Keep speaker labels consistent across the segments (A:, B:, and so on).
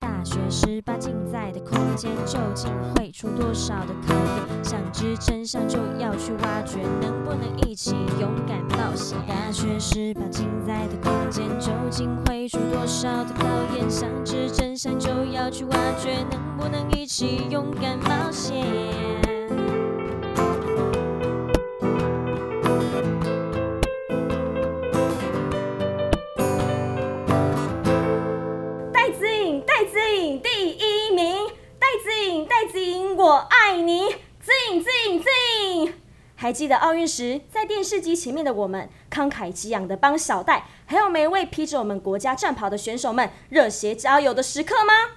A: 大学十八禁在的空间，究竟会出多少的考验？想知真相就要去挖掘，能不能一起勇敢冒险？大学十八禁在的空间，究竟会出多少的考验？想知真相就要去挖掘，能不能一起勇敢冒险？
B: 戴子颖，戴子颖第一名，戴子颖，戴子颖，我爱你，子颖，子颖，子颖。还记得奥运时，在电视机前面的我们，慷慨激昂的帮小戴，还有每位披着我们国家战袍的选手们热血加油的时刻吗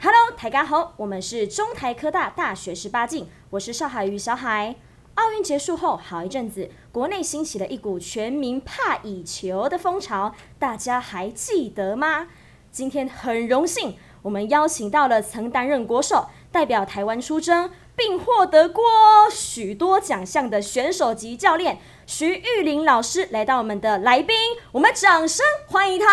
B: ？Hello，大家好，我们是中台科大大学十八进，我是邵海瑜小海。奥运结束后，好一阵子，国内兴起了一股全民怕以球的风潮，大家还记得吗？今天很荣幸，我们邀请到了曾担任国手、代表台湾出征，并获得过许多奖项的选手级教练徐玉林老师来到我们的来宾，我们掌声欢迎他。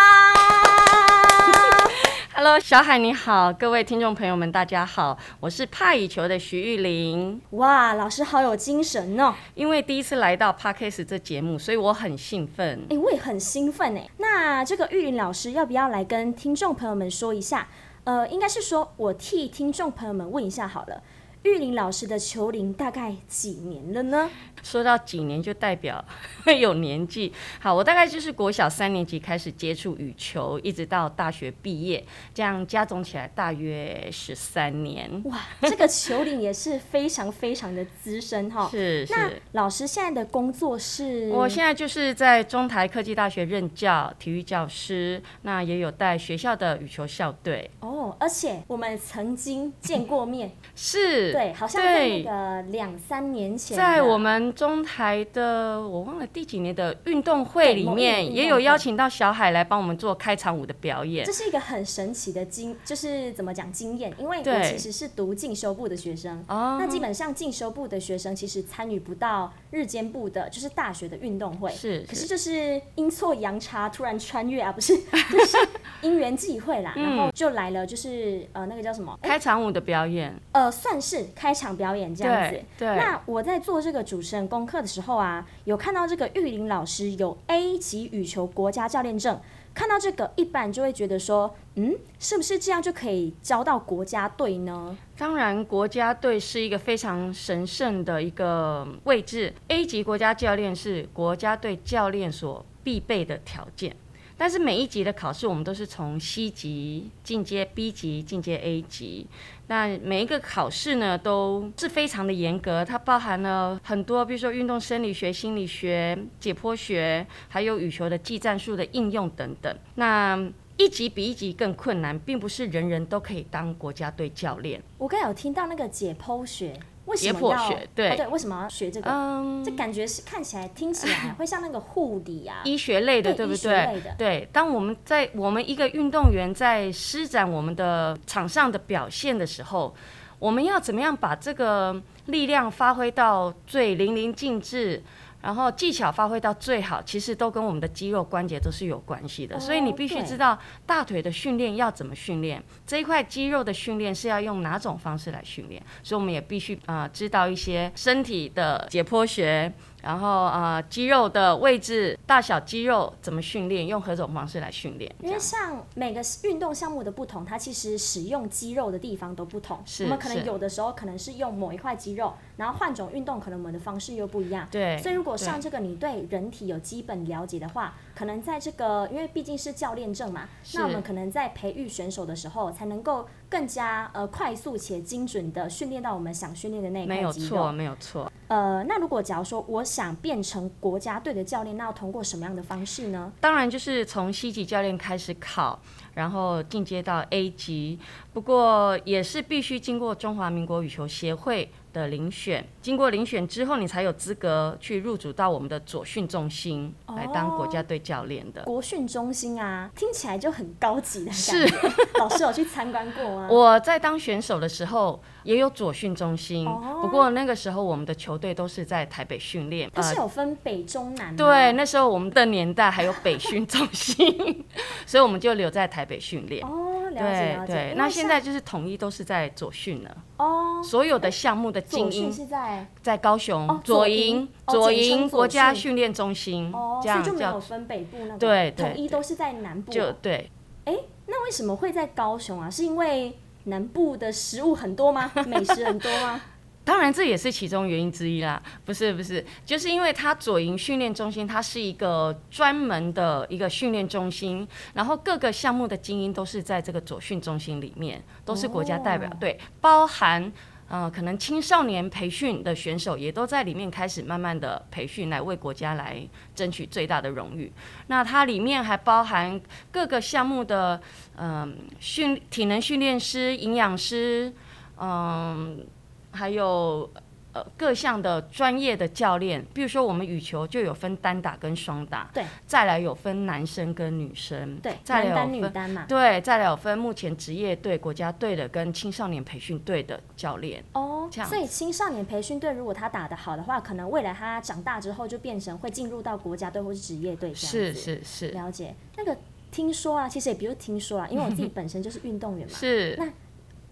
C: Hello，小海你好，各位听众朋友们，大家好，我是怕羽球的徐玉玲。
B: 哇，老师好有精神哦！
C: 因为第一次来到 Parkes 这节目，所以我很兴奋。
B: 哎，我也很兴奋哎。那这个玉林老师要不要来跟听众朋友们说一下？呃，应该是说我替听众朋友们问一下好了。玉林老师的球龄大概几年了呢？
C: 说到几年就代表 有年纪。好，我大概就是国小三年级开始接触羽球，一直到大学毕业，这样加总起来大约十三年。
B: 哇，这个球龄也是非常非常的资深哈。
C: 是是。
B: 那嗯老师现在的工作是？
C: 我现在就是在中台科技大学任教，体育教师，那也有带学校的羽球校队。
B: 哦，而且我们曾经见过面，
C: 是，
B: 对，好像在那
C: 对
B: 个两三年前的，
C: 在我们中台的我忘了第几年的运动会里
B: 对某一
C: 面，
B: 个
C: 也有邀请到小海来帮我们做开场舞的表演
B: 这。是一个很神奇的经，就是怎么讲经验，因为我
C: 对
B: 其实是读进修部的学生，
C: 哦
B: 那基本上进修部的学生其实参与不到日间部的，就是大学的运动会，
C: 是
B: 可是
C: 是
B: 就是阴错阳差突然穿越啊，不 是，就是因缘际会啦，然后就来了，就是呃那个叫什么，
C: 嗯开场舞的表演，
B: 呃算是开场表演这样子
C: 对。对
B: 那我在做这个主持人功课的时候啊，有看到这个玉林老师有 A 级羽球国家教练证，看到这个一般就会觉得说，嗯，是不是这样就可以教到国家队呢？
C: 当然国家队是一个非常神圣的一个位置。A 级国家教练是国家队教练所必备的条件。但是每一级的考试，我们都是从 C 级进阶 B 级，进阶 A 级。那每一个考试呢，都是非常的严格，它包含了很多，比如说运动生理学、心理学、解剖学，还有羽球的技战术的应用等等。那一级比一级更困难，并不是人人都可以当国家队教练。
B: 我刚才有听到那个解剖学，为什么
C: 解剖
B: 要
C: 学对
B: 哦对，为什么要学这个？
C: 嗯，
B: 这感觉是看起来、听起 来会像那个护理啊，
C: 医学类的，
B: 对
C: 对
B: 医
C: 不
B: 学类
C: 对
B: 的？
C: 对，当我们在我们一个运动员在施展我们的场上的表现的时候，我们要怎么样把这个力量发挥到最淋漓尽致？然后技巧发挥到最好，其实都跟我们的肌肉关节都是有关系的，
B: 哦
C: 所以你必须
B: 对
C: 知道大腿的训练要怎么训练，这一块肌肉的训练是要用哪种方式来训练，所以我们也必须啊、呃知道一些身体的解剖学，然后啊、呃肌肉的位置、大小肌肉怎么训练，用何种方式来训练。这
B: 因为
C: 样
B: 像每个运动项目的不同，它其实使用肌肉的地方都不同。
C: 是
B: 我们可能
C: 是
B: 有的时候可能是用某一块肌肉，然后换种运动，可能我们的方式又不一样。
C: 对
B: 所以如果像
C: 对
B: 这个你对人体有基本了解的话，可能在这个因为毕竟是教练证嘛，那我们可能在培育选手的时候，才能够更加呃快速且精准的训练到我们想训练的那一
C: 没有
B: 块肌肉
C: 错，。没有错。
B: 呃，那如果假如说我想变成国家队的教练，那要通过什么样的方式呢？
C: 当然就是从 C 级教练开始考，然后进阶到 A 级，不过也是必须经过中华民国羽球协会的遴选，经过遴选之后，你才有资格去入主到我们的左训中心
B: 哦
C: 来当国家队教练的。
B: 国训中心啊，听起来就很高级的感觉。 老师有去参观过吗？
C: 我在当选手的时候也有左训中心，
B: 哦
C: 不过那个时候我们的球队都是在台北训练，呃
B: 它是有分北中南吗
C: 对，。那时 候我们的年代还有北训中心，所以我们就留在台北训练。
B: 哦，了解
C: 对
B: 了解。因
C: 对
B: 为，
C: 那现在
B: 像
C: 就是统一都是在左训了，
B: 哦，
C: 所有的项目的
B: 左
C: 精
B: 训
C: 英
B: 是在
C: 在高雄、
B: 哦左
C: 左
B: 营
C: 营、
B: 哦
C: 左
B: 简称
C: 营
B: 左
C: 国家
B: 训
C: 训练中心，
B: 哦，
C: 这
B: 所以
C: 样
B: 就没有
C: 叫
B: 分北部那个，
C: 对对
B: 统一都是在南部。
C: 就对，
B: 哎，那为什么会在高雄啊？是因为南部的食物很多 吗？美食很多吗？
C: 当然这也是其中原因之一啦。不是不是，就是因为它左营训练中心，它是一个专门的一个训练中心，然后各个项目的精英都是在这个左训中心里面，都是国家代表
B: 哦
C: 队，包含。呃，可能青少年培训的选手也都在里面开始慢慢的培训，来为国家来争取最大的荣誉。那它里面还包含各个项目的嗯训体能训练师、营养师，嗯，还有呃各项的专业的教练。比如说我们羽球就有分单打跟双打，
B: 对，
C: 再来有分男生跟女生，
B: 对，
C: 再
B: 男
C: 来
B: 单
C: 有
B: 女
C: 分。
B: 单嘛。
C: 对，再来有分目前职业队、国家队的跟青少年培训队的教练，
B: 哦，
C: 这样
B: 所以青少年培训队如果他打得好的话，可能未来他长大之后就变成会进入到国家队或是职业队这样
C: 是
B: 子。
C: 是是
B: 了解那个听说啊，其实也不是听说啊，因为我自己本身就是运动员嘛，
C: 是
B: 那，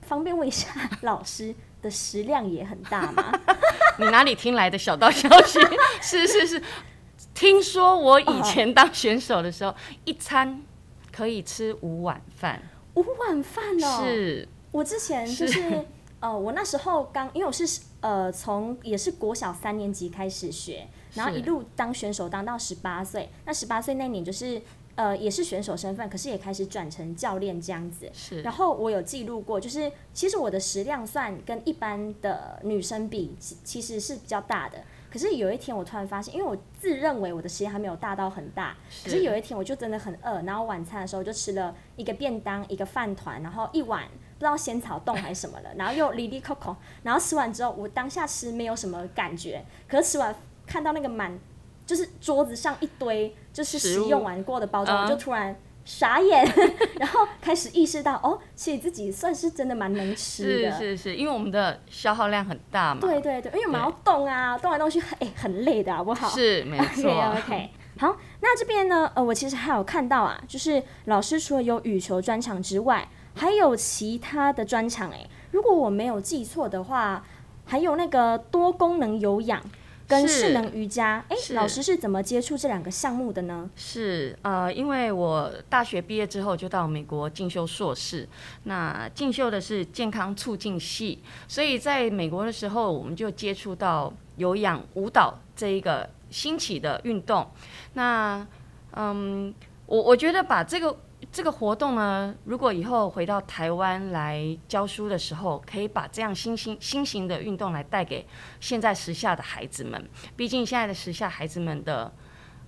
B: 方便问一下老师的食量也很大嘛？
C: 你哪里听来的小道消 息？是是是，听说我
B: 哦
C: 以前当选手的时候，一餐可以吃五碗饭，
B: 五碗饭哦，
C: 是
B: 我之前就是 呃，我那时候刚，因为我是呃从也是国小三年级开始学，然后
C: 是
B: 一路当选手当到十八岁。那十八岁那年就是呃也是选手身份，可是也开始转成教练这样子。
C: 是
B: 然后我有记录过，就是其实我的食量算跟一般的女生比，其其实是比较大的。可是有一天我突然发现，因为我自认为我的食量还没有大到很大，可是有一天我就真的很饿，然后晚餐的时候就吃了一个便当、一个饭团，然后一碗不知道仙草冻还是什么的，然后又里里扣扣，然后吃完之后，我当下吃没有什么感觉，可是吃完看到那个满就是桌子上一堆就是
C: 食
B: 使
C: 物
B: 用完过的包装，我
C: 嗯
B: 就突然傻眼，然后开始意识到哦，其实自己算是真的蛮能吃
C: 是
B: 的。
C: 是是，因为我们的消耗量很大嘛，
B: 对对对，因为我们
C: 对
B: 要动啊，动来动去，哎、很累的，好不好？
C: 是 没错啊
B: OK OK，好，那这边呢，呃，我其实还有看到啊，就是老师除了有羽球专场之外，还有其他的专场、哎，如果我没有记错的话，还有那个多功能有氧。跟
C: 是
B: 势能瑜伽，哎、
C: 是
B: 老师是怎么接触这两个项目的呢？
C: 是呃，因为我大学毕业之后就到美国进修硕士，那进修的是健康促进系，所以在美国的时候，我们就接触到有氧舞蹈这一个新起的运动。那嗯，我我觉得把这个这个活动呢，如果以后回到台湾来教书的时候，可以把这样新兴新型的运动来带给现在时下的孩子们。毕竟现在的时下孩子们的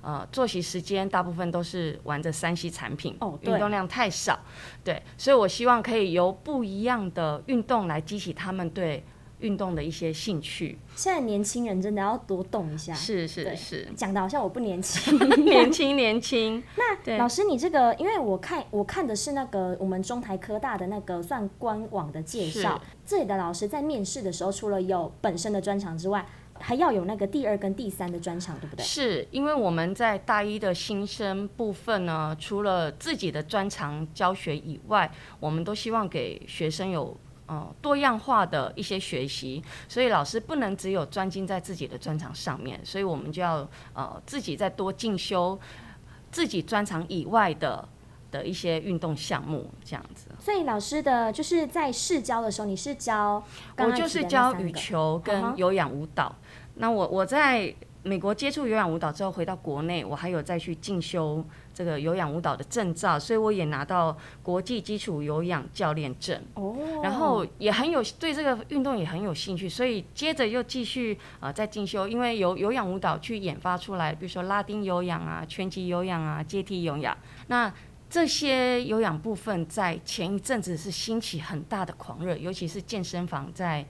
C: 呃作息时间大部分都是玩着三 C 产品，
B: 哦对
C: 运动量太少，对，所以我希望可以由不一样的运动来激起他们对运动的一些兴趣。
B: 现在年轻人真的要多动一下，
C: 是
B: 对，
C: 是是
B: 讲的好像我不年轻。
C: 年轻年轻，对
B: 老师，你这个，因为我看我看的是那个我们中台科大的那个算官网的介绍，这里的老师在面试的时候，除了有本身的专长之外，还要有那个第二跟第三的专长，对不对？
C: 是因为我们在大一的新生部分呢，除了自己的专长教学以外，我们都希望给学生有。呃，多样化的一些学习，所以老师不能只有专精在自己的专长上面，所以我们就要呃自己再多进修自己专长以外的的一些运动项目，这样子。
B: 所以老师的就是在试教的时候，你是教刚
C: 我
B: 刚
C: 就
B: 提的
C: 是
B: 那
C: 教
B: 三
C: 羽
B: 个
C: 球
B: 嗯
C: 跟
B: 哼
C: 有氧舞蹈。那我我在美国接触有氧舞蹈之后，回到国内，我还有再去进修这个有氧舞蹈的证照，所以我也拿到国际基础有氧教练证。
B: 哦，
C: 然后也很有对这个运动也很有兴趣，所以接着又继续呃在进修，因为有有氧舞蹈去研发出来，比如说拉丁有氧啊、拳击有氧啊、阶梯有氧，那这些有氧部分在前一阵子是兴起很大的狂热，尤其是健身房在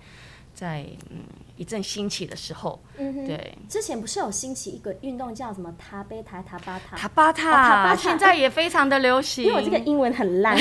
C: 在嗯一阵兴起的时候，
B: 嗯哼，
C: 对。
B: 之前不是有兴起一个运动叫什么塔贝塔塔巴塔？
C: 塔巴
B: 塔巴塔
C: 塔现在也非常的流行，
B: 因为我这个英文很 烂，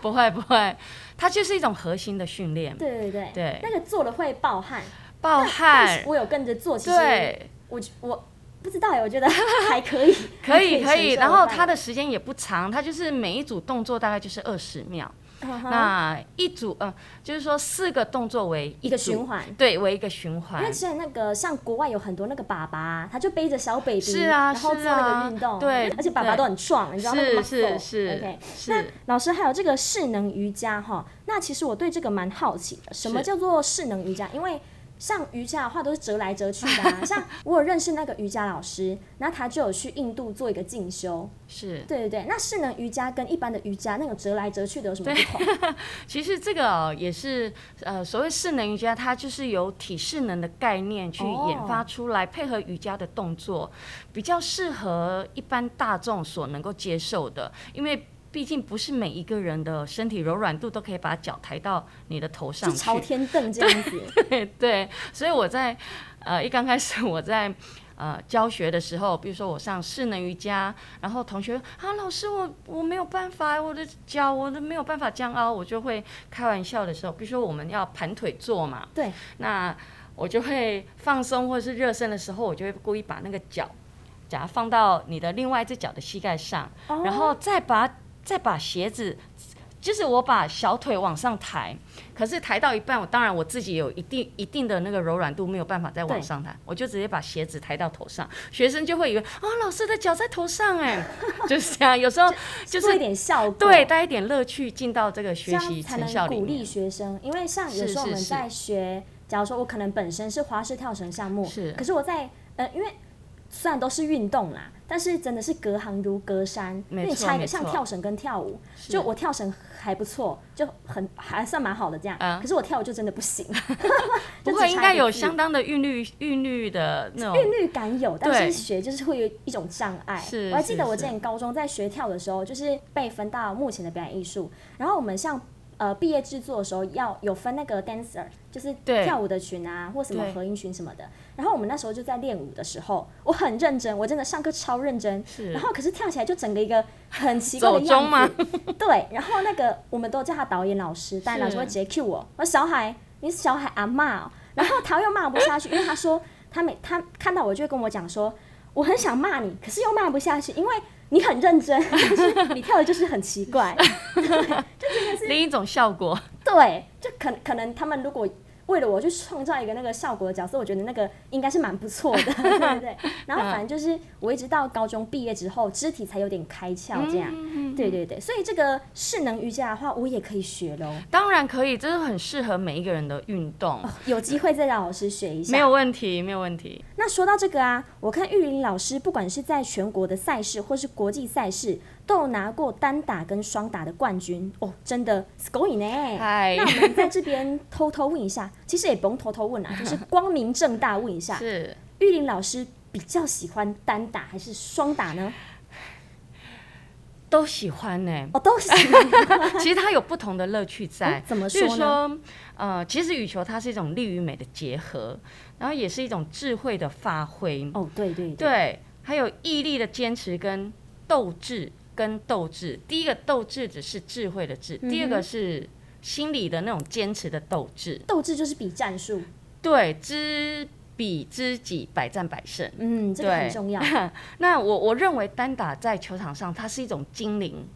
C: 不会不会，它就是一种核心的训练，
B: 对对对，
C: 对
B: 那个做了会暴汗，
C: 暴
B: 但是
C: 汗，
B: 我有跟着做，其实
C: 对，
B: 我我不知道哎，我觉 得还可以，嗯
C: 可以可以，然后它
B: 的
C: 的时间也不长，它就是每一组动作大概就是二十秒，
B: 嗯
C: 那一组呃，就是说四个动作为
B: 一个
C: 组
B: 循，环。
C: 对，为一个循
B: 因为
C: 环。
B: 之前那个像国外有很多那个爸爸，他就背着小 baby，
C: 是啊
B: 然后做那个运动，
C: 是啊对
B: 而且爸爸都很壮，你知道那个
C: 是
B: muscle，
C: 是是
B: OK，那
C: 是，
B: 老师还有这个势能瑜伽哈，那其实我对这个蛮好奇的，什么
C: 是
B: 叫做势能瑜伽？因为像瑜伽的话都是折来折去的、 啊，像我有认识那个瑜伽老师，那他就有去印度做一个进修，
C: 是。
B: 对对对。那势能瑜伽跟一般的瑜伽那种折来折去的有什么不同？
C: 其实这个哦也是呃，所谓势能瑜伽，它就是由体适能的概念去
B: 哦
C: 研发出来，配合瑜伽的动作，比较适合一般大众所能够接受的，因为。毕竟不是每一个人的身体柔软度都可以把脚抬到你的头 上
B: 就
C: 去，
B: 朝天凳这 样子，
C: 对，所以我在呃一刚开始我在呃教学的时候，比如说我上势能瑜伽，然后同学啊老师我我没有办法，我的脚我都没有办法这样凹，我就会开玩笑的时候，比如说我们要盘腿坐嘛，
B: 对，
C: 那我就会放松或者是热身的时候，我就会故意把那个脚假如放到你的另外一只脚的膝盖上，
B: 哦
C: 然后再把再把鞋子，就是我把小腿往上抬，可是抬到一半，我当然我自己有一定一定的那个柔软度，没有办法再往上抬，我就直接把鞋子抬到头上，学生就会以为啊、老师的脚在头上哎， 就是这样，有时候就
B: 做一
C: 是
B: 点效果，
C: 对带一点乐趣进到这个
B: 这
C: 学习
B: 样才
C: 成效
B: 能
C: 里
B: 鼓励
C: 面，
B: 学生。因为像有
C: 是
B: 时候我
C: 是
B: 们
C: 是
B: 在学，假如说我可能本身是花式跳绳项目，
C: 是
B: 可是我在呃，因为虽然都是运动啦，但是真的是隔行如隔山。因
C: 没
B: 为你
C: 错
B: 差一
C: 没
B: 个像
C: 错
B: 跳绳跟跳舞，就我跳绳还不错，就很还算蛮好的这样，
C: 啊
B: 可是我跳舞就真的不行。
C: 不
B: 就
C: 会
B: 只
C: 应
B: 差
C: 该
B: 一个
C: 有
B: 字
C: 相当的韵律韵律的那种
B: 韵律感有，但是
C: 对
B: 学就是会有一种障碍。
C: 是
B: 我还记
C: 是
B: 得我
C: 是
B: 之前高中在学跳的时候，就是被分到目前的表演艺术，然后我们像。呃，毕业制作的时候要有分那个 dancer，就是
C: 对
B: 跳舞的群啊，或什么
C: 对
B: 合音群什么的。然后我们那时候就在练舞的时候，我很认真，我真的上课超认真。
C: 是
B: 然后可是跳起来就整个一个很奇怪的
C: 走
B: 样
C: 钟
B: 子。
C: 吗
B: 对，然后那个我们都叫他导演老师，但老师会直接 cue 我，我说小海，你是小海阿骂、哦，然后他又骂不下去，因为他说他每他看到我就会跟我讲说，我很想骂你，可是又骂不下去，因为你很认真，但是你跳的就是很奇怪，
C: 另一种效果。
B: 对，就可可能他们如果。为了我去创造一个那个效果的角色，我觉得那个应该是蛮不错 的，对对对。
C: 嗯
B: 然后反正就是我一直到高中毕业之后，肢体才有点开窍这
C: 嗯
B: 样，对对对。所以这个势能瑜伽的话，我也可以学喽。
C: 当然可以，这是很适合每一个人的运动，
B: 有机会再让老师学一下。
C: 没有问题，没有问题。
B: 那说到这个啊，我看玉林老师不管是在全国的赛事或是国际赛事，都有拿过单打跟双打的冠军哦，真的 s c o r i 呢。
C: 嗨
B: 那，我们在这边偷偷问一 下，其实也不用偷偷问啊，就是光明正大问一下，
C: 是
B: 玉林老师比较喜欢单打还是双打 呢？
C: 都喜欢呢、
B: 哦，都喜
C: 其实它有不同的乐趣在
B: 嗯。怎么
C: 比如
B: 说呢？
C: 说，呃，其实羽球它是一种力与美的结合，然后也是一种智慧的发挥，
B: 哦，对对对，
C: 对，还有毅力的坚持跟斗志跟斗志。第一个斗志只是智慧的智，第二
B: 嗯
C: 个
B: 哼
C: 是心理的那种坚持的斗志。
B: 斗志就是比战术，
C: 对，知彼知己，百战百胜。
B: 嗯，这个很
C: 对
B: 重 要。
C: 那我我认为单打在球场上，它是一种精灵，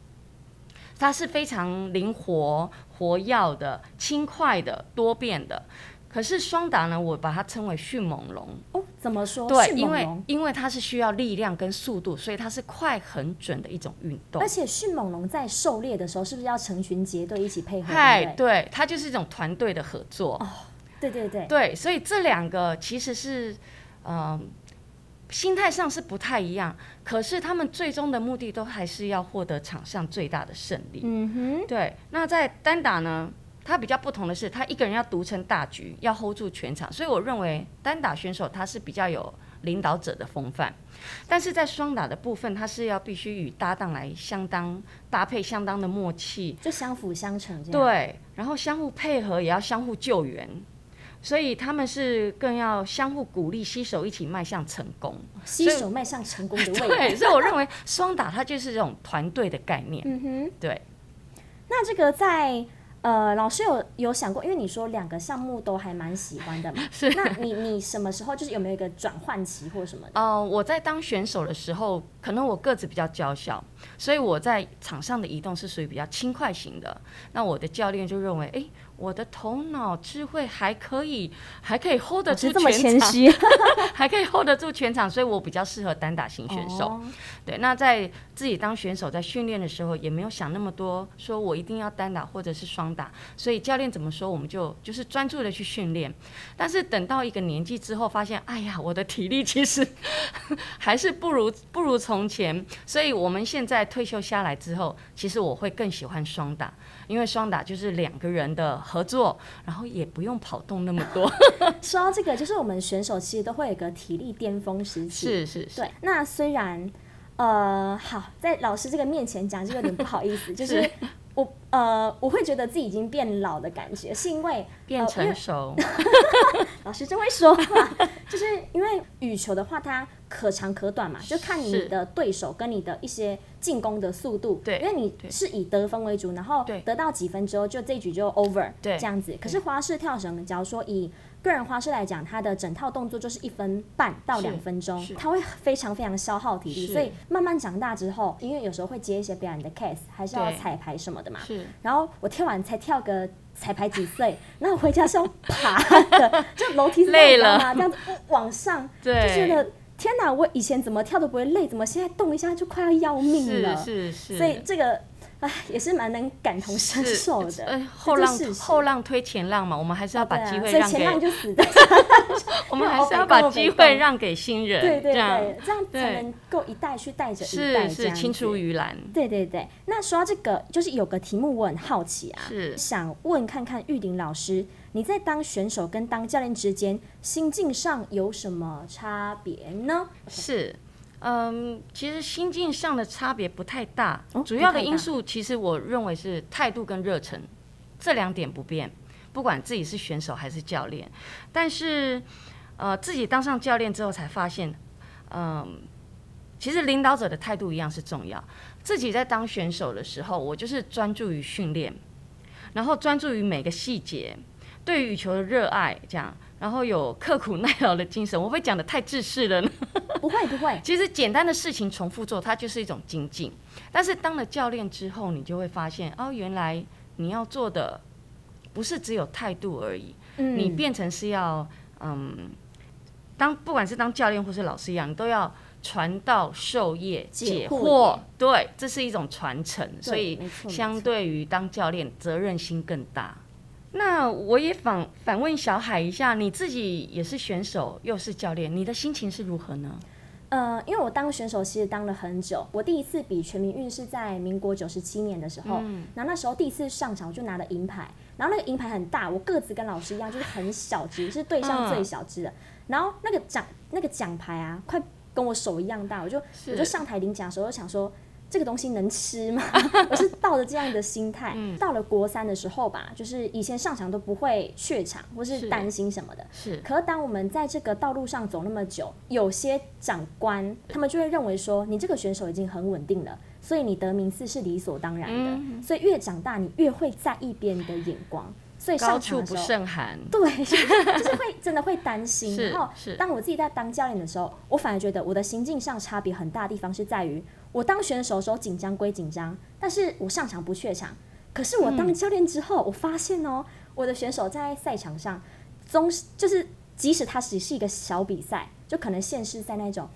C: 它是非常灵活、活跃的、轻快的、多变的。可是双打呢，我把它称为迅猛龙，
B: 哦，怎么说？
C: 对，
B: 迅
C: 因
B: 猛
C: 为
B: 龙，
C: 因为它是需要力量跟速度，所以它是快、很准的一种运动
B: 而。且迅猛龙在狩猎的时候，是不是要成群结队一起配合？
C: 嗨，
B: 对不
C: 对，它就是一种团队的合作。
B: 对对对对，
C: 对，所以这两个其实是，嗯、心态上是不太一样，可是他们最终的目的都还是要获得场上最大的胜利。
B: 嗯
C: 对，那在单打呢，他比较不同的是，他一个人要独撑大局，要 hold 住全场，所以我认为单打选手他是比较有领导者的风范，但是在双打的部分，他是要必须与搭档来相当搭配相当的默契，
B: 哼，就相辅相成这样。，
C: 对，然后相互配合，也要相互救援。所以他们是更要相互鼓励，携手一起迈向成功。
B: 携手迈向成功的未来。
C: 对，所以我认为双打它就是这种团队的概念。
B: 嗯哼，
C: 对，
B: 那这个在呃，老师有有想过，因为你说两个项目都还蛮喜欢的嘛，
C: 是
B: 那你你什么时候就是有没有一个转换期或什么的？
C: 呃，我在当选手的时候，可能我个子比较娇小，所以我在场上的移动是属于比较轻快型的。那我的教练就认为，诶，我的头脑智慧还可以，还可以 hold 得
B: 老师
C: 住
B: 这么
C: 全
B: 谦
C: 场，
B: 虚，
C: 还可以 hold 得住全场，所以我比较适合单打型选手。
B: 哦
C: 对，那在自己当选手在训练的时候，也没有想那么多，说我一定要单打或者是双打，所以教练怎么说，我们就就是专注的去训练。但是等到一个年纪之后，发现，哎呀，我的体力其实还是不如不如从前，所以我们现在退休下来之后，其实我会更喜欢双打，因为双打就是两个人的合作，然后也不用跑动那么 多。
B: 说到这个，就是我们选手其实都会有一个体力巅峰时期，
C: 是是是，
B: 对，那虽然呃好，在老师这个面前讲就有点不好意思，就是是我呃我会觉得自己已经变老的感觉，是因为
C: 变
B: 呃因
C: 成
B: 为
C: 熟，
B: 老师真会说话， 就是因为羽球的话，它可长可短嘛，就看你
C: 是
B: 的对手跟你的一些进攻的速度。
C: 对
B: 因为你
C: 对
B: 是以得分为主，然后
C: 对
B: 得到几分之后，就这一局就 over，
C: 对
B: 这样子。可是花式跳绳，假如说以个人花式来讲，它的整套动作就是一分半到
C: 是
B: 两分钟
C: 是，
B: 它会非常非常消耗体力，
C: 是
B: 所以慢慢长大之后，因为有时候会接一些表演的 case，还是要
C: 对
B: 彩排什么的嘛，
C: 是
B: 然后我跳完才跳个彩排几岁， 然后回家是要爬 的，就楼梯是那
C: 累
B: 样
C: 了
B: 子嘛，这样子往上，
C: 对
B: 就觉得天哪，我以前怎么跳都不会累，怎么现在动一下就快要要命
C: 是
B: 了？
C: 是是，
B: 所以这个唉也是蛮能感同身
C: 是
B: 受的，
C: 呃
B: 这
C: 后
B: 就
C: 浪
B: 是事实
C: 后浪推前浪嘛，我们还是要把
B: 对啊
C: 机会
B: 所以
C: 让
B: 前
C: 给，
B: 浪就哦死在
C: 我们
B: 没有
C: 还是要
B: open
C: 把
B: door
C: 机
B: 没动
C: 会让给新 人，
B: 对对
C: 这样
B: 对，这样才
C: 对
B: 能够一代去带着一代，
C: 是是青出。于蓝，
B: 对对对，那说到这个，就是有个题目我很好奇啊，
C: 是
B: 想问看看玉玲老师，你在当选手跟当教练之间心境上有什么差别呢？
C: 是。嗯，其实心境上的差别不太大，
B: 哦
C: 主要
B: 不
C: 的
B: 太大
C: 因素其实我认为是态度跟热忱这两点不变，不管自己是选手还是教练。但是，呃，自己当上教练之后才发现，嗯，其实领导者的态度一样是重要。自己在当选手的时候，我就是专注于训练，然后专注于每个细节，对羽球的热爱，这样，然后有刻苦耐劳的精神。我会不会讲的太自私了呢？
B: 不会不 会，
C: 其实简单的事情重复做，它就是一种精进。但是当了教练之后，你就会发现，哦，原来你要做的不是只有态度而已，
B: 嗯，
C: 你变成是要，嗯，当不管是当教练或是老师一样，你都要传道授业
B: 解
C: 解
B: 惑
C: 惑，对，这是一种传承，所以
B: 没错没
C: 相
B: 错
C: 对于当教练，责任心更大。那我也反反问小海一下，你自己也是选手又是教练，你的心情是如何呢？
B: 呃，因为我当选手其实当了很久，我第一次比全民运是在民国九十七年的时候，然后那时候第一次上场我就拿了银牌，然后那个银牌很大，我个子跟老师一样，就是很小只，是队上最小只的，然后那个奖那个奖牌啊，快跟我手一样大，我就我就上台领奖的时候就想说。这个东西能吃吗？我是抱着这样的心态，到了国三的时候吧，就是以前上场都不会怯场或是
C: 是
B: 担心什么的，
C: 是
B: 可是当我们在这个道路上走那么久，有些长官他们就会认为说，你这个选手已经很稳定了，所以你得名次是理所当然的。
C: 嗯
B: 所以越长大，你越会在意别人的眼光，所以
C: 高
B: 上场
C: 处
B: 的时
C: 不
B: 候。
C: 胜寒，
B: 对，就是会真的会担心。
C: 是
B: 然后
C: 是，
B: 当我自己在当教练的时候，我反而觉得我的心境上差别很大的地方是在于，我当选手的时候紧张归紧张，但是我上场不怯场。可是我
C: 嗯
B: 当教练之后，我发现哦，我的选手在赛场上，总是就是即使他只是一个小比赛，就可能现世赛那种，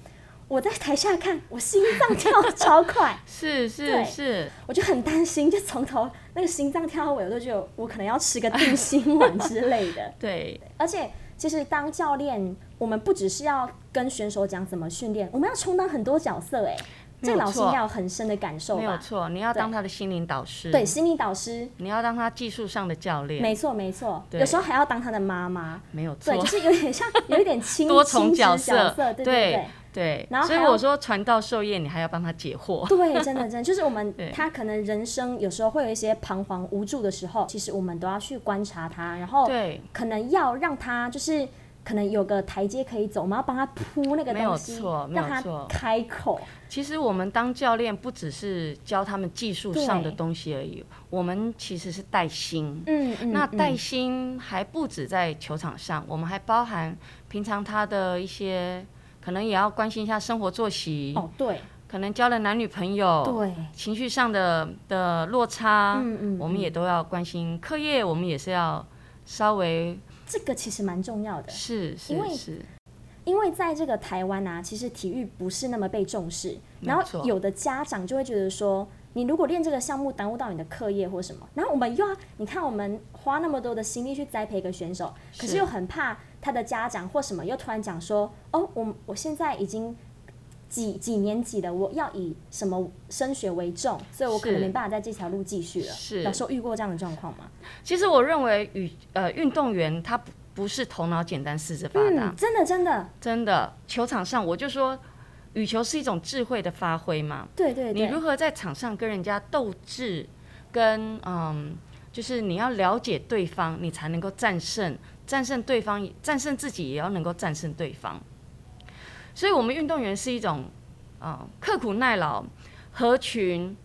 B: 我在台下看，我心脏跳 得超快，
C: 是是
B: 对
C: 是，
B: 我就很担心，就从头那个心脏跳到尾，我都觉得我可能要吃个定心丸之类的。
C: 对，
B: 而且其实当教练，我们不只是要跟选手讲怎么训练，我们要充当很多角色、欸。哎，
C: 没
B: 这
C: 有
B: 个老师
C: 错
B: 应该有很深的感受
C: 没有
B: 吧？
C: 错，你要
B: 对
C: 当他的心灵导师，
B: 对，心理导师，
C: 你要当他技术上的教练，
B: 没错没错，
C: 对
B: 有时候还要当他的妈妈。
C: 没有
B: 对，
C: 错
B: 就，是有点像，有一点亲
C: 多重
B: 亲子角
C: 色，
B: 对对
C: 对。对
B: 然后
C: 所以
B: 还要
C: 我说传道授业，你还要帮他解惑，
B: 对，真的真的，就是我们
C: 对
B: 他可能人生有时候会有一些彷徨无助的时候，其实我们都要去观察他，然后
C: 对
B: 可能要让他就是可能有个台阶可以走，我们要帮他铺那个
C: 没有
B: 东西
C: 错，没有
B: 让他
C: 错
B: 开口。
C: 其实我们当教练不只是教他们技术上的
B: 对
C: 东西而已，我们其实是带心。
B: 嗯嗯，
C: 那带
B: 嗯
C: 薪还不止在球场上，我们还包含平常他的一些，可能也要关心一下生活作息，
B: 哦对
C: 可能交了男女朋友，
B: 对，
C: 情绪上的的落差，
B: 嗯嗯
C: 我们也都要关心。课业我们也是要稍微
B: 这个其实蛮重要的。
C: 是
B: 因
C: 是
B: 为
C: 是，
B: 因为在这个台湾啊，其实体育不是那么被重视，
C: 没
B: 然后
C: 错
B: 有的家长就会觉得说，你如果练这个项目耽误到你的课业或什么，然后我们又要，你看我们花那么多的心力去栽培一个选手，可是
C: 是
B: 又很怕他的家长或什么又突然讲说，哦，我我现在已经。几几年级了？我要以什么升学为重，所以我可能
C: 是
B: 没办法在这条路继续了。
C: 是
B: 老师有遇过这样的状况吗？
C: 其实我认为与呃运动员他不不是头脑简单四肢发达，
B: 嗯，真的真的，
C: 真的球场上我就说，羽球是一种智慧的发挥嘛。
B: 对对
C: 你
B: 对，
C: 如何在场上跟人家斗智，跟嗯，就是你要了解对方，你才能够战胜，战胜对方，战胜自己，也要能够战胜对方。所以，我们运动员是一种，嗯，刻苦耐劳、合群，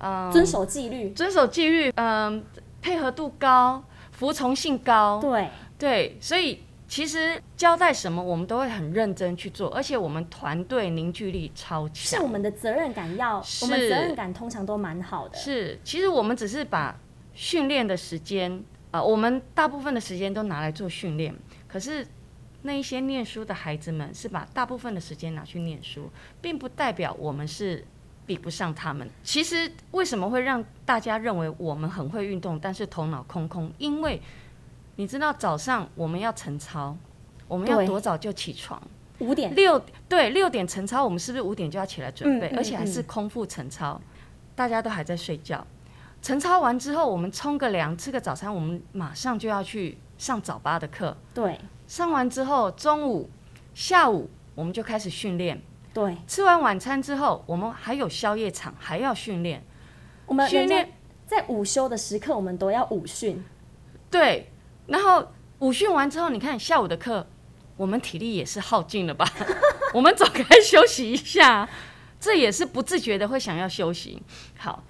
C: 嗯，
B: 遵守纪律，
C: 遵守纪律，嗯，配合度高，服从性高，
B: 对，
C: 对，所以其实交代什么，我们都会很认真去做，而且我们团队凝聚力超
B: 是
C: 强
B: 我。们的责任感要，
C: 是
B: 我们责任感通常都蛮好的。
C: 是，其实我们只是把训练的时间，啊、我们大部分的时间都拿来做训练，可是那一些念书的孩子们是把大部分的时间拿去念书，并不代表我们是。比不上他们。其实为什么会让大家认为我们很会运动，但是头脑空空？因为你知道早上我们要晨操，我们要
B: 对
C: 多早就起床？
B: 五点，
C: 六对六点晨操，我们是不是五点就要起来准备？
B: 嗯嗯
C: 而且还是空腹晨操，大家都还在睡觉。晨操完之后，我们冲个凉，吃个早餐，我们马上就要去上早八的课。
B: 对
C: 上完之后，中午、下午我们就开始训练。
B: 对，
C: 吃完晚餐之后，我们还有宵夜场，还要训练。
B: 我们
C: 训练
B: 人家在午休的时刻，我们都要午训，
C: 对，然后午训完之后，你看下午的课，我们体力也是耗尽了吧？ 我们总该休息一下，这也是不自觉的会想要休息。好，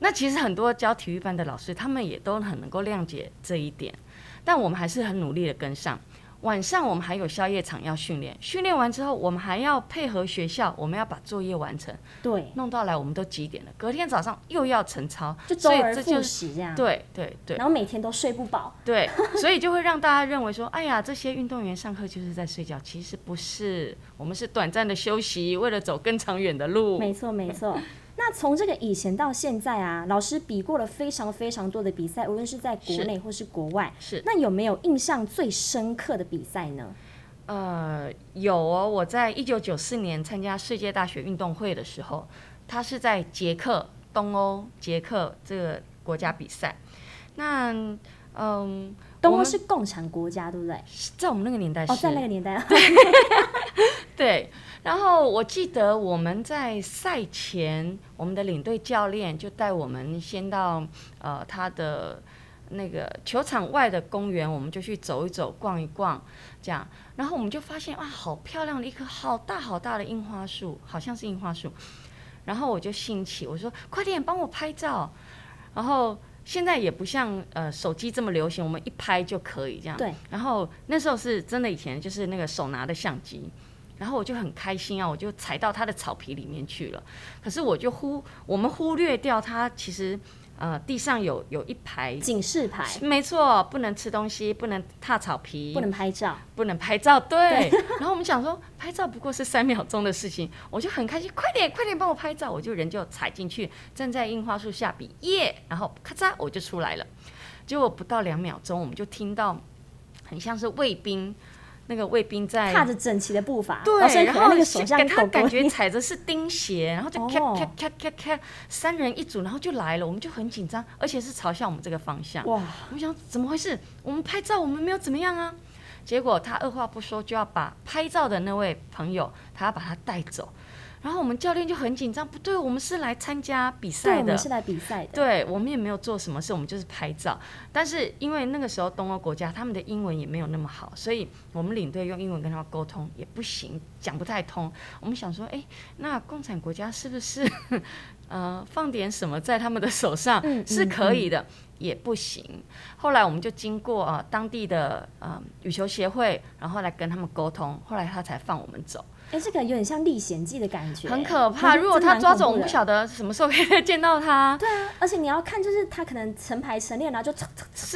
C: 那其实很多教体育班的老师，他们也都很能够谅解这一点，但我们还是很努力的跟上。晚上我们还有宵夜场要训练，训练完之后，我们还要配合学校，我们要把作业完成，
B: 对，
C: 弄到来我们都几点了？隔天早上又要晨操，
B: 就周
C: 所以
B: 而
C: 这
B: 复
C: 就是
B: 始这样。
C: 对对对。
B: 然后每天都睡不饱，
C: 对，所以就会让大家认为说，哎呀，这些运动员上课就是在睡觉，其实不是，我们是短暂的休息，为了走更长远的路。
B: 没错没错。 那从这个以前到现在啊，老师比过了非常非常多的比赛，无论是在国
C: 是
B: 内或是国外。
C: 是
B: 那有没有印象最深刻的比赛呢？
C: 呃，有哦，我在一九九四年参加世界大学运动会的时候，它是在捷克东欧捷克这个国家比赛。那嗯，
B: 东
C: 我
B: 欧
C: 们
B: 是共产国家，对不对？
C: 在我们那个年代是、
B: 哦，在那个年代，
C: 对，然后我记得我们在赛前，我们的领队教练就带我们先到呃他的那个球场外的公园，我们就去走一走、逛一逛，这样。然后我们就发现哇，啊好漂亮的一棵好大好大的樱花树，好像是樱花树。然后我就兴起，我说快点帮我拍照。然后现在也不像呃手机这么流行，我们一拍就可以这样。
B: 对。
C: 然后那时候是真的，以前就是那个手拿的相机。然后我就很开心啊，我就踩到它的草皮里面去了。可是我就忽我们忽略掉它，其实呃地上有有一排，
B: 警示牌
C: 没错，不能吃东西，不能踏草皮，
B: 不能拍照，
C: 不能拍照，对。然后我们想说，拍照不过是三秒钟的事情，我就很开心，快点快点帮我拍照，我就人就踩进去，站在樱花树下比耶，然后咔嚓我就出来了。结果不到两秒钟，我们就听到很像是卫兵，那个卫兵在
B: 踏着整齐的步伐，
C: 对，
B: 老师很
C: 然
B: 可爱
C: 后
B: 那个手像
C: 给
B: 狗
C: 他
B: 狗
C: 感
B: 一
C: 觉
B: 样。
C: 踩着是钉鞋，然后就咔
B: 哦
C: 咔咔咔咔，三人一组，然后就来了，我们就很紧张，而且是朝向我们这个方向。
B: 哇，
C: 我们想怎么回事？我们拍照，我们没有怎么样啊。结果他二话不说就要把拍照的那位朋友，他要把他带走。然后我们教练就很紧张，不对，我们是来参加比
B: 对，
C: 赛
B: 我
C: 的
B: 们，是来比赛的。
C: 对我们也没有做什么事，我们就是拍照。但是因为那个时候东欧国家他们的英文也没有那么好，所以我们领队用英文跟他们沟通也不行，讲不太通。我们想说，哎，那共产国家是不是 呃放点什么在他们的手上、
B: 嗯嗯
C: 是可以的？也不行。后来我们就经过啊、呃当地的呃羽球协会，然后来跟他们沟通，后来他才放我们走。
B: 哎，这个有点像《历险记》的感觉，
C: 很可怕，
B: 嗯
C: 如果他抓走，我们
B: 真的蛮恐怖的
C: 不。晓得什么时候可以见到他。
B: 对啊，而且你要看，就是他可能成排成列，然后就这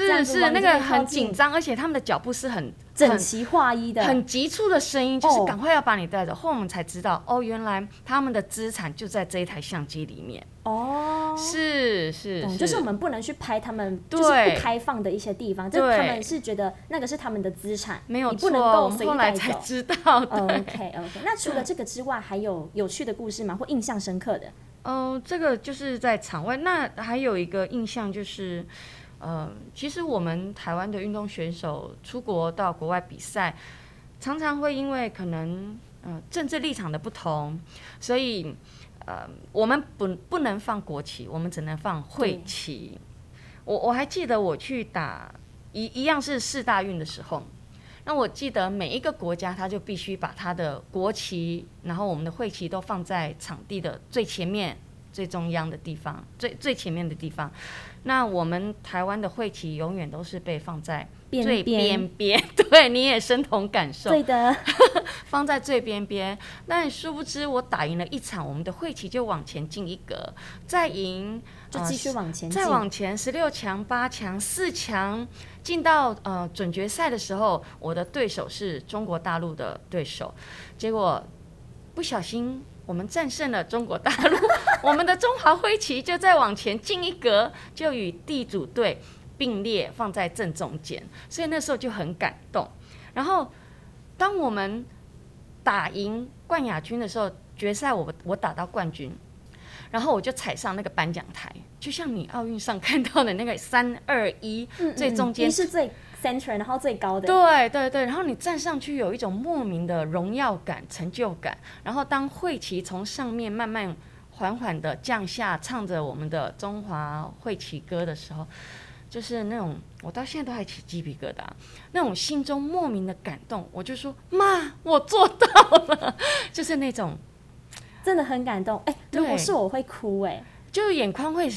B: 样
C: 是
B: 子
C: 是，
B: 往
C: 那
B: 这
C: 个
B: 边靠
C: 很
B: 近
C: 紧张，而且他们的脚步是很
B: 整齐划一的，
C: 很很急促的声音，就是
B: 哦
C: 赶快要把你带走。后来我们才知道，哦，原来他们的资产就在这一台相机里面。
B: 哦。
C: 是是
B: 懂
C: 是，
B: 就是我们不能去拍他们
C: 对
B: 就是不开放的一些地方，就是
C: 对
B: 他们是觉得那个是他们的资产，
C: 没有
B: 你
C: 错。
B: 不能
C: 我
B: 够
C: 们
B: 随
C: 后
B: 意
C: 来
B: 带
C: 才
B: 走。
C: 知道的。
B: OK OK，那除了这个之外，还有有趣的故事吗？或印象深刻的？
C: 哦，这个就是在场外。那还有一个印象就是，呃，其实我们台湾的运动选手出国到国外比赛，常常会因为可能呃政治立场的不同，所以呃我们不不能放国旗，我们只能放会
B: 对
C: 旗。我我还记得我去打一一样是四大运的时候，那我记得每一个国家，他就必须把他的国旗，然后我们的会旗都放在场地的最前面、最中央的地方，最最前面的地方。那我们台湾的会旗永远都是被放在
B: 边
C: 最
B: 边
C: 边边， 对，你也深同感受。
B: 对的，
C: 放在最边边，但殊不知我打赢了一场，我们的会旗就往前进一格，再赢
B: 就继续往前进。
C: 啊再往前，十六强、八强、四强进到呃准决赛的时候，我的对手是中国大陆的对手，结果不小心我们战胜了中国大陆， 我们的中华灰旗就再往前进一格，就与地主队并列放在正中间，所以那时候就很感动。然后当我们打赢冠亚军的时候，决赛我我打到冠军，然后我就踩上那个颁奖台，就像你奥运上看到的那个三二一
B: 嗯嗯
C: 最中
B: 一
C: 间。
B: 是最 center，然后最高的。
C: 对对对，然后你站上去有一种莫名的荣耀感、成就感。然后当会旗从上面慢慢缓缓的降下，唱着我们的中华会旗歌的时候，就是那种我到现在都还起鸡皮疙瘩，那种心中莫名的感动。我就说妈，我做到了， 就是那种
B: 真的很感动。哎、
C: 对
B: 如果是我会哭、哎，
C: 就眼眶会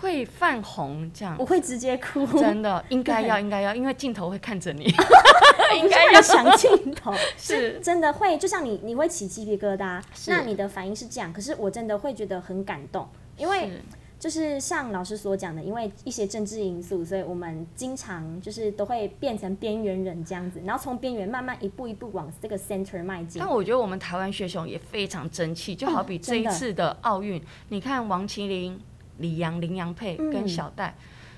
C: 会泛红这样
B: 我。会直接哭，
C: 真的应该要，应该要，因为镜头会看着你， 应
B: 不
C: 该
B: 是
C: 要
B: 要想镜头，
C: 是
B: 真的会，就像你，你会起鸡皮疙瘩，
C: 是
B: 那你的反应是这样，可是我真的会觉得很感动，因为
C: 是
B: 就是像老师所讲的，因为一些政治因素，所以我们经常就是都会变成边缘人这样子，然后从边缘慢慢一步一步往这个 center 迈进
C: 但。我觉得我们台湾选手也非常争气，就好比
B: 哦
C: 这
B: 真
C: 一
B: 的
C: 次的奥运，你看王麒麟、李阳、林洋配
B: 嗯
C: 跟小戴，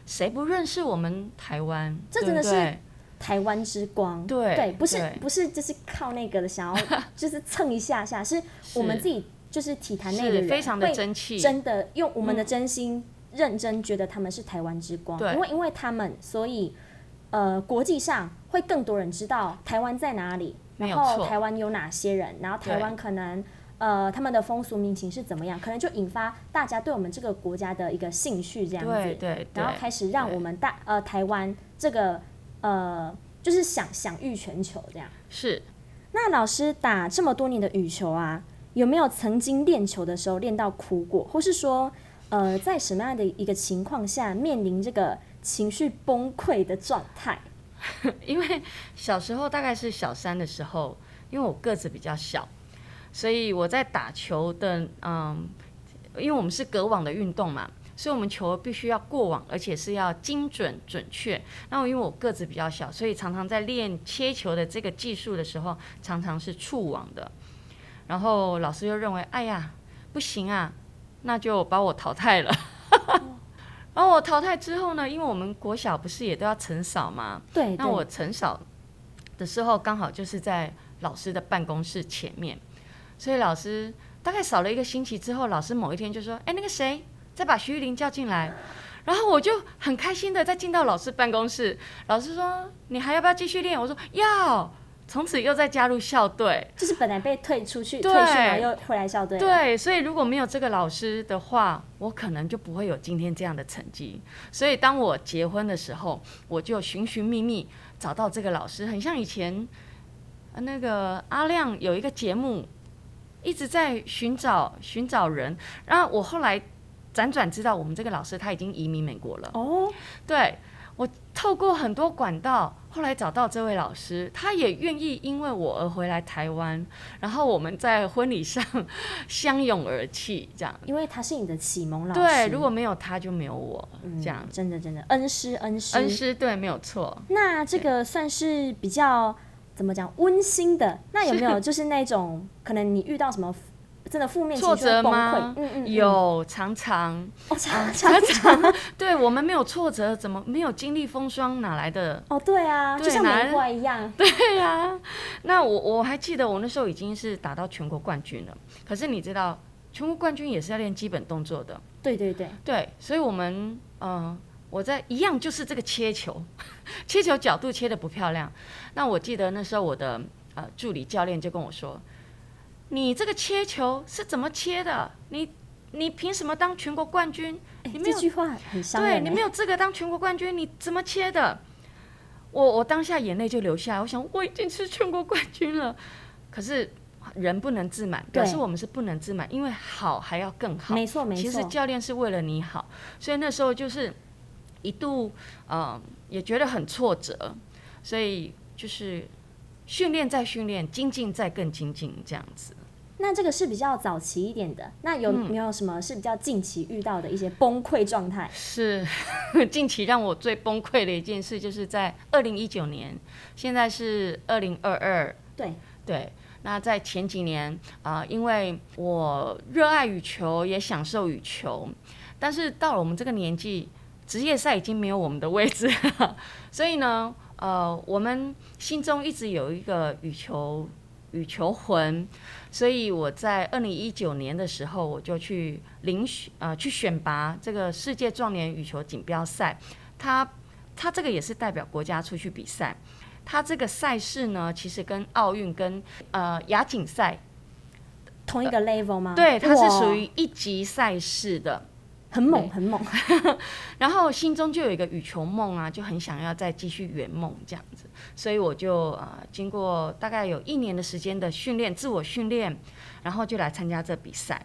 C: 谁不认识我们台湾？
B: 这
C: 对
B: 真的
C: 不
B: 是
C: 对
B: 台湾之光，
C: 对
B: 不是
C: 哎对
B: 不是就是靠那个的，想 要就是蹭一下下，是我们自己就是体坛内的
C: 是
B: 人
C: 非常的
B: 会
C: 争气，
B: 真的用我们的真心、认真觉得他们是台湾之光，
C: 嗯对
B: 因为因为他们，所以呃，国际上会更多人知道台湾在哪里，
C: 没
B: 然
C: 有
B: 后
C: 错
B: 台湾有哪些人，然后台湾可能。呃，他们的风俗民情是怎么样？可能就引发大家对我们这个国家的一个兴趣，这样子。
C: 对对对
B: 然后开始让
C: 对
B: 我们大呃台湾这个呃就是享享誉全球这样。
C: 是
B: 那老师打这么多年的羽球啊，有没有曾经练球的时候练到哭过，或是说，呃，在什么样的一个情况下面临这个情绪崩溃的状态？
C: 因为小时候大概是小三的时候，因为我个子比较小，所以我在打球的，嗯，因为我们是隔网的运动嘛，所以我们球必须要过网，而且是要精准准确。那我因为我个子比较小，所以常常在练切球的这个技术的时候，常常是触网的。然后老师就认为，哎呀，不行啊，那就把我淘汰了。 然后我淘汰之后呢，因为我们国小不是也都要晨扫吗？
B: 对，
C: 那
B: 对
C: 我晨扫的时候，刚好就是在老师的办公室前面，所以老师大概扫了一个星期之后，老师某一天就说：“哎，那个谁，再把徐玉玲叫进来。”然后我就很开心的再进到老师办公室，老师说：“你还要不要继续练？”我说：“要。”从此又再加入校队。
B: 就是本来被退出去，退
C: 对
B: 训然后又回来校队了。
C: 对，所以如果没有这个老师的话，我可能就不会有今天这样的成绩。所以当我结婚的时候，我就寻寻觅觅找到这个老师，很像以前呃那个阿亮有一个节目，一直在寻找寻找人。然后我后来辗转知道，我们这个老师他已经移民美国了。
B: 哦，
C: 对我透过很多管道，后来找到这位老师，他也愿意因为我而回来台湾，然后我们在婚礼上相拥而泣，这 样。
B: 因为他是你的启蒙老师。嗯
C: 对，如果没有他就没有我，这样。
B: 真的真的恩师恩师。
C: 恩师对，没有错。
B: 那这个算是比较怎么讲温馨的？那有没 有就是那种可能你遇到什么真的负面情
C: 挫
B: 绪会
C: 折
B: 崩
C: 吗
B: 溃？嗯嗯，嗯
C: 有啊常常，
B: 哦，常常常
C: 对我们没有挫折，怎么没有经历风霜，哪来的
B: 哦，对啊，
C: 对
B: 就像
C: 拿
B: 玫瑰一样，
C: 对呀、那我我还记得我那时候已经是打到全国冠军了，可是你知道，全国冠军也是要练基本动作的。
B: 对对对，
C: 对，所以我们呃，我在一样就是这个切球，切球角度切的不漂亮。那我记得那时候我的呃助理教练就跟我说：“你这个切球是怎么切的？你你凭什么当全国冠军？
B: 哎
C: 你没
B: 这
C: 有
B: 句话很伤
C: 对
B: 人
C: 你
B: 欸。
C: 没有资格当全国冠军，你怎么切的？我我当下眼泪就流下来，我想我已经是全国冠军了，可是人不能自满，表
B: 对
C: 示我们是不能自满，因为好还要更好。
B: 没错没
C: 其实
B: 错，
C: 教练是为了你好，所以那时候就是一度呃也觉得很挫折，所以就是训练再训练，精进再更精进这样子。
B: 那这个是比较早期一点的。那
C: 嗯
B: 有没有什么是比较近期遇到的一些崩溃状态？
C: 是 近期让我最崩溃的一件事，就是在二零一九年，现在是二零二二，
B: 对，
C: 对。那在前几年啊、呃因为我热爱羽球，也享受羽球，但是到了我们这个年纪，职业赛已经没有我们的位置了， 所以呢，呃，我们心中一直有一个羽球羽球魂，所以我在二零一九年的时候，我就去遴选呃去选拔这个世界壮年羽球锦标赛，它它这个也是代表国家出去比赛。它这个赛事呢，其实跟奥运跟呃亚锦赛，
B: 同一个 level 吗？
C: 对，它是属
B: 哇
C: 于一级赛事的。
B: 很猛很猛。
C: 然后心中就有一个羽球梦啊，就很想要再继续圆梦这样子，所以我就呃经过大概有一年的时间的训练，自我训练，然后就来参加这比赛，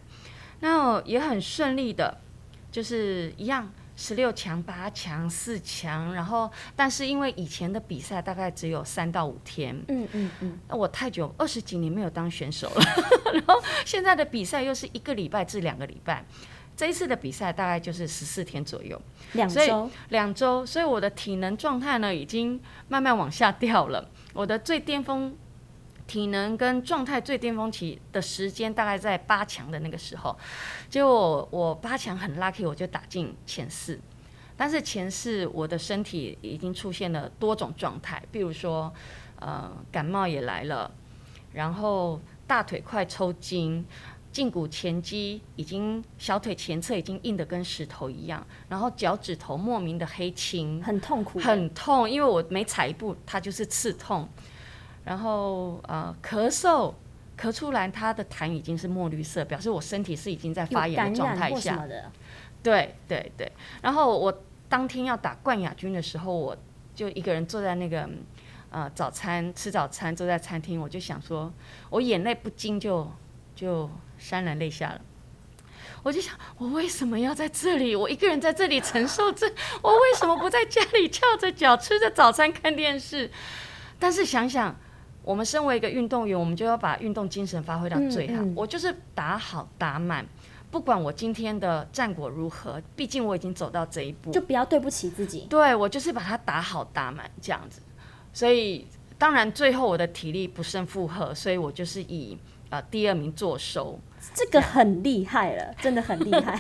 C: 那也很顺利的，就是一样十六强、八强、四强，然后但是因为以前的比赛大概只有三到五天，
B: 嗯嗯嗯，
C: 那我太久二十几年没有当选手了， 然后现在的比赛又是一个礼拜至两个礼拜，这一次的比赛大概就是十四天左右。
B: 两
C: 所以
B: 周
C: 两周，所以我的体能状态呢已经慢慢往下掉了。我的最巅峰体能跟状态最巅峰期的时间大概在八强的那个时候，结果我八强很 lucky，我就打进前四。但是前四我的身体已经出现了多种状态，比如说呃感冒也来了，然后大腿快抽筋。胫骨前肌已经小腿前侧已经硬得跟石头一样，然后脚趾头莫名的黑青，
B: 很痛苦，
C: 很痛，因为我每踩一步它就是刺痛，然后呃咳嗽咳出来，它的痰已经是墨绿色，表示我身体是已经在
B: 有
C: 发炎
B: 感
C: 的状
B: 染
C: 态
B: 或什
C: 下
B: 么。的，
C: 对对对，然后我当天要打冠亚军的时候，我就一个人坐在那个嗯呃早餐吃早餐，坐在餐厅，我就想说，我眼泪不禁就就潸然泪下了。我就想，我为什么要在这里？我一个人在这里承受这， 我为什么不在家里翘着脚吃着早餐看电视？但是想想，我们身为一个运动员，我们就要把运动精神发挥到最好。
B: 嗯嗯
C: 我就是打好打满，不管我今天的战果如何，毕竟我已经走到这一步，
B: 就不要对不起自己。
C: 对我就是把它打好打满这样子。所以当然最后我的体力不胜负荷，所以我就是以呃第二名坐收。
B: 这个很厉害了，真的很厉 害。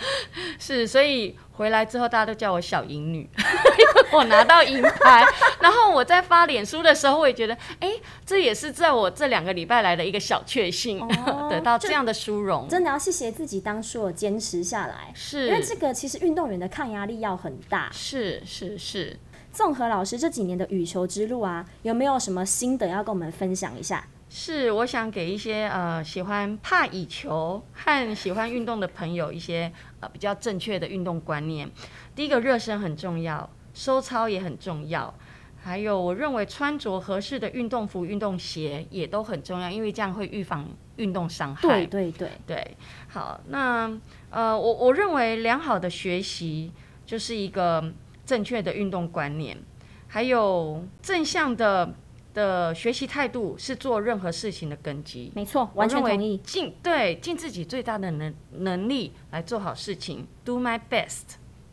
C: 是，所以回来之后大家都叫我小银女， 因为我拿到银牌。然后我在发脸书的时候，我也觉得，哎、这也是在我这两个礼拜来的一个小确幸，
B: 哦
C: 得到这样的殊荣。
B: 真的要谢谢自己当初有坚持下来，因为
C: 是
B: 这个其实运动员的抗压力要很大。
C: 是是是，
B: 综合老师这几年的羽球之路啊，有没有什么心得要跟我们分享一下？
C: 是我想给一些呃喜欢怕羽球和喜欢运动的朋友一些呃比较正确的运动观念。第一个，热身很重要，收操也很重要。还有，我认为穿着合适的运动服、运动鞋也都很重要，因为这样会预防运动伤害。
B: 对对对，
C: 对，好，那呃，我我认为良好的学习就是一个正确的运动观念，还有正向的的学习态度是做任何事情的根基。
B: 没错，完全
C: 我认
B: 同
C: 为
B: 意。
C: 尽对尽自己最大的能能力来做好事情，do my best，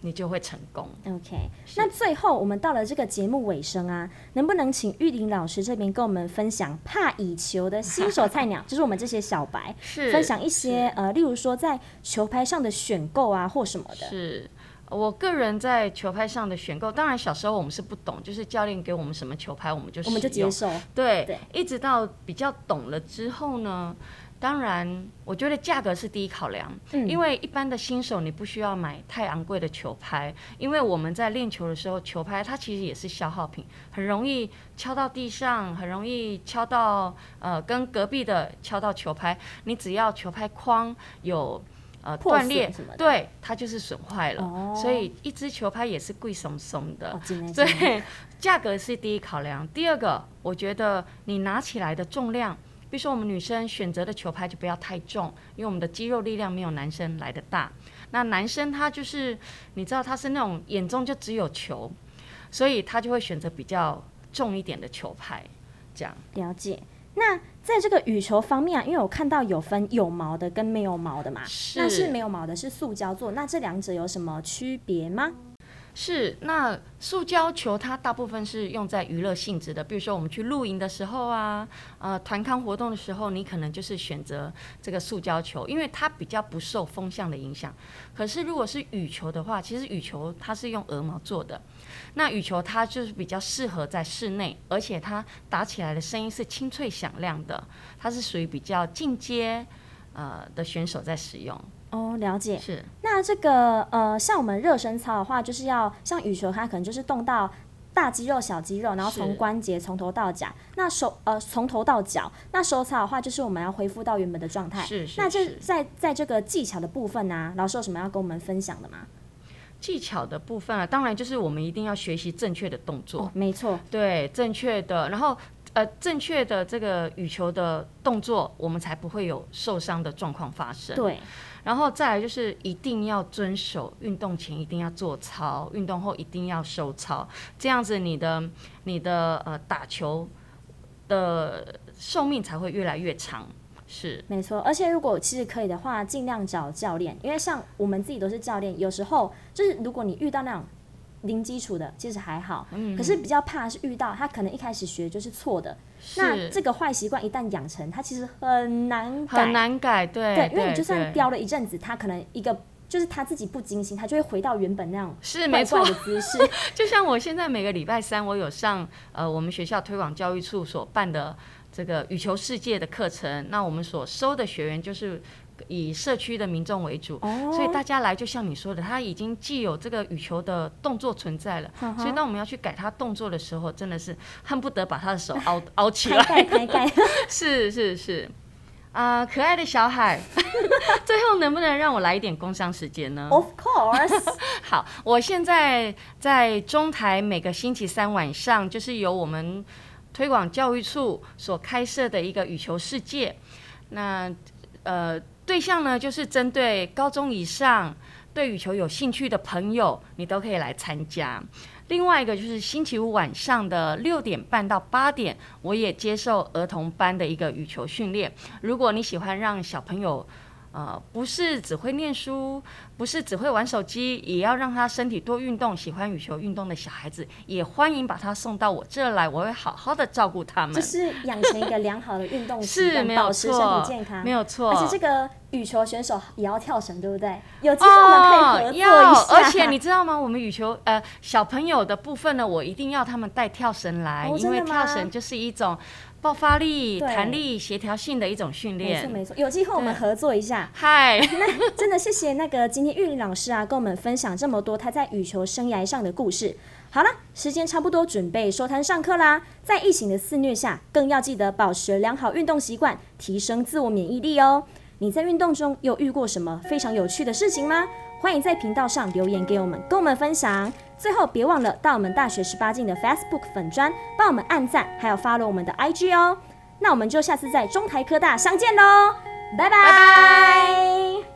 C: 你就会成功。
B: OK，那最后我们到了这个节目尾声啊，能不能请玉玲老师这边跟我们分享怕乙球的新手菜 鸟，就是我们这些小白，
C: 是
B: 分享一些呃，例如说在球拍上的选购啊或什么的。
C: 是我个人在球拍上的选购，当然小时候我们是不懂，就是教练给我们什么球拍我们就
B: 我们就
C: 使用
B: 接受，
C: 对，
B: 对
C: 一直到比较懂了之后呢，当然我觉得价格是第一考量，
B: 嗯
C: 因为一般的新手你不需要买太昂贵的球拍，因为我们在练球的时候，球拍它其实也是消耗品，很容易敲到地上，很容易敲到呃跟隔壁的敲到球拍，你只要球拍框有。呃，
B: 破
C: 断裂
B: 损什么的
C: 对它就是损坏了，
B: 哦
C: 所以一支球拍也是贵松松的。
B: 哦，进来进来，
C: 对，价格是第一考量。第二个，我觉得你拿起来的重量，比如说我们女生选择的球拍就不要太重，因为我们的肌肉力量没有男生来的大。那男生他就是，你知道他是那种眼中就只有球，所以他就会选择比较重一点的球拍，这样。
B: 了解。那在这个羽球方面啊，因为我看到有分有毛的跟没有毛的嘛，
C: 是
B: 那是没有毛的是塑胶做，那这两者有什么区别吗？
C: 是，那塑胶球它大部分是用在娱乐性质的，比如说我们去露营的时候啊，呃，团康活动的时候，你可能就是选择这个塑胶球，因为它比较不受风向的影响。可是如果是羽球的话，其实羽球它是用鹅毛做的，那羽球它就是比较适合在室内，而且它打起来的声音是清脆响亮的，它是属于比较进阶呃的选手在使用，
B: 哦，了解。
C: 是。
B: 那这个呃，像我们热身操的话，就是要像羽球，它可能就是动到大肌肉、小肌肉，然后
C: 是
B: 从关节从头到脚。那手呃，从头到脚。那手操的话，就是我们要恢复到原本的状态。
C: 是是
B: 那这
C: 是
B: 在在这个技巧的部分呢、老师有什么要跟我们分享的吗？
C: 技巧的部分啊，当然就是我们一定要学习正确的动作。
B: 哦，没错，
C: 对，正确的，然后呃，正确的这个羽球的动作，我们才不会有受伤的状况发生。，
B: 对，
C: 然后再来就是一定要遵守运动前一定要做操，运动后一定要收操，这样子你的你的呃打球的寿命才会越来越长。是，
B: 没错。而且如果其实可以的话，尽量找教练，因为像我们自己都是教练，有时候就是如果你遇到那种。零基础的其实还好，
C: 嗯
B: 可是比较怕是遇到他可能一开始学就是错的，那
C: 是
B: 这个坏习惯一旦养成，它其实很难改。
C: 很难改，对
B: 对，因为你就算
C: 对
B: 雕了一阵子，它可能一个就是他自己不精心，他就会回到原本那样
C: 是
B: 怪
C: 没错
B: 怪，的姿 势。
C: 就像我现在每个礼拜三，我有上呃我们学校推广教育处所办的这个羽球世界的课程，那我们所收的学员就是以社区的民众为主。
B: 哦
C: 所以大家来，就像你说的，他已经既有这个羽球的动作存在了，
B: 嗯哼
C: 所以当我们要去改他动作的时候，真的是恨不得把他的手凹 凹起
B: 开盖开
C: 来。
B: 盖，
C: 是是是，啊、可爱的小海， 最后能不能让我来一点工伤时间呢？
B: ，Of course，
C: 好，我现在在中台每个星期三晚上，就是由我们推广教育处所开设的一个羽球世界。那呃，对象呢，就是针对高中以上对羽球有兴趣的朋友，你都可以来参加。另外一个就是星期五晚上的六点半到八点，我也接受儿童班的一个羽球训练。如果你喜欢让小朋友，呃，不是只会念书，不是只会玩手机，也要让他身体多运动。喜欢羽球运动的小孩子，也欢迎把他送到我这来，我会好好的照顾他们。
B: 就是养成一个良好的运动习
C: 是
B: 惯，
C: 没有
B: 保持身
C: 错
B: 体健康，
C: 没。有错。
B: 而且这个羽球选手也要跳绳，对不对？有机会我们可以合
C: 哦
B: 作，一下。
C: 要，而且你知道吗？我们羽球呃小朋友的部分呢，我一定要他们带跳绳来，
B: 哦
C: 因为
B: 真的吗
C: 跳绳就是一种爆发力、
B: 对
C: 弹力、协调性的一种训
B: 没错
C: 练。
B: 没错，有机会我们合作一下。
C: 嗨，
B: 真的谢谢那个今天谢玉林老师啊，跟我们分享这么多他在羽球生涯上的故事。好了，时间差不多，准备收摊上课啦。在疫情的肆虐下，更要记得保持良好运动习惯，提升自我免疫力哦。你在运动中有遇过什么非常有趣的事情吗？欢迎在频道上留言给我们，跟我们分享。最后，别忘了到我们大学十八禁的 Facebook 粉砖帮我们按赞，还有 follow 我们的 IG 哦。那我们就下次在中台科大相见喽，拜拜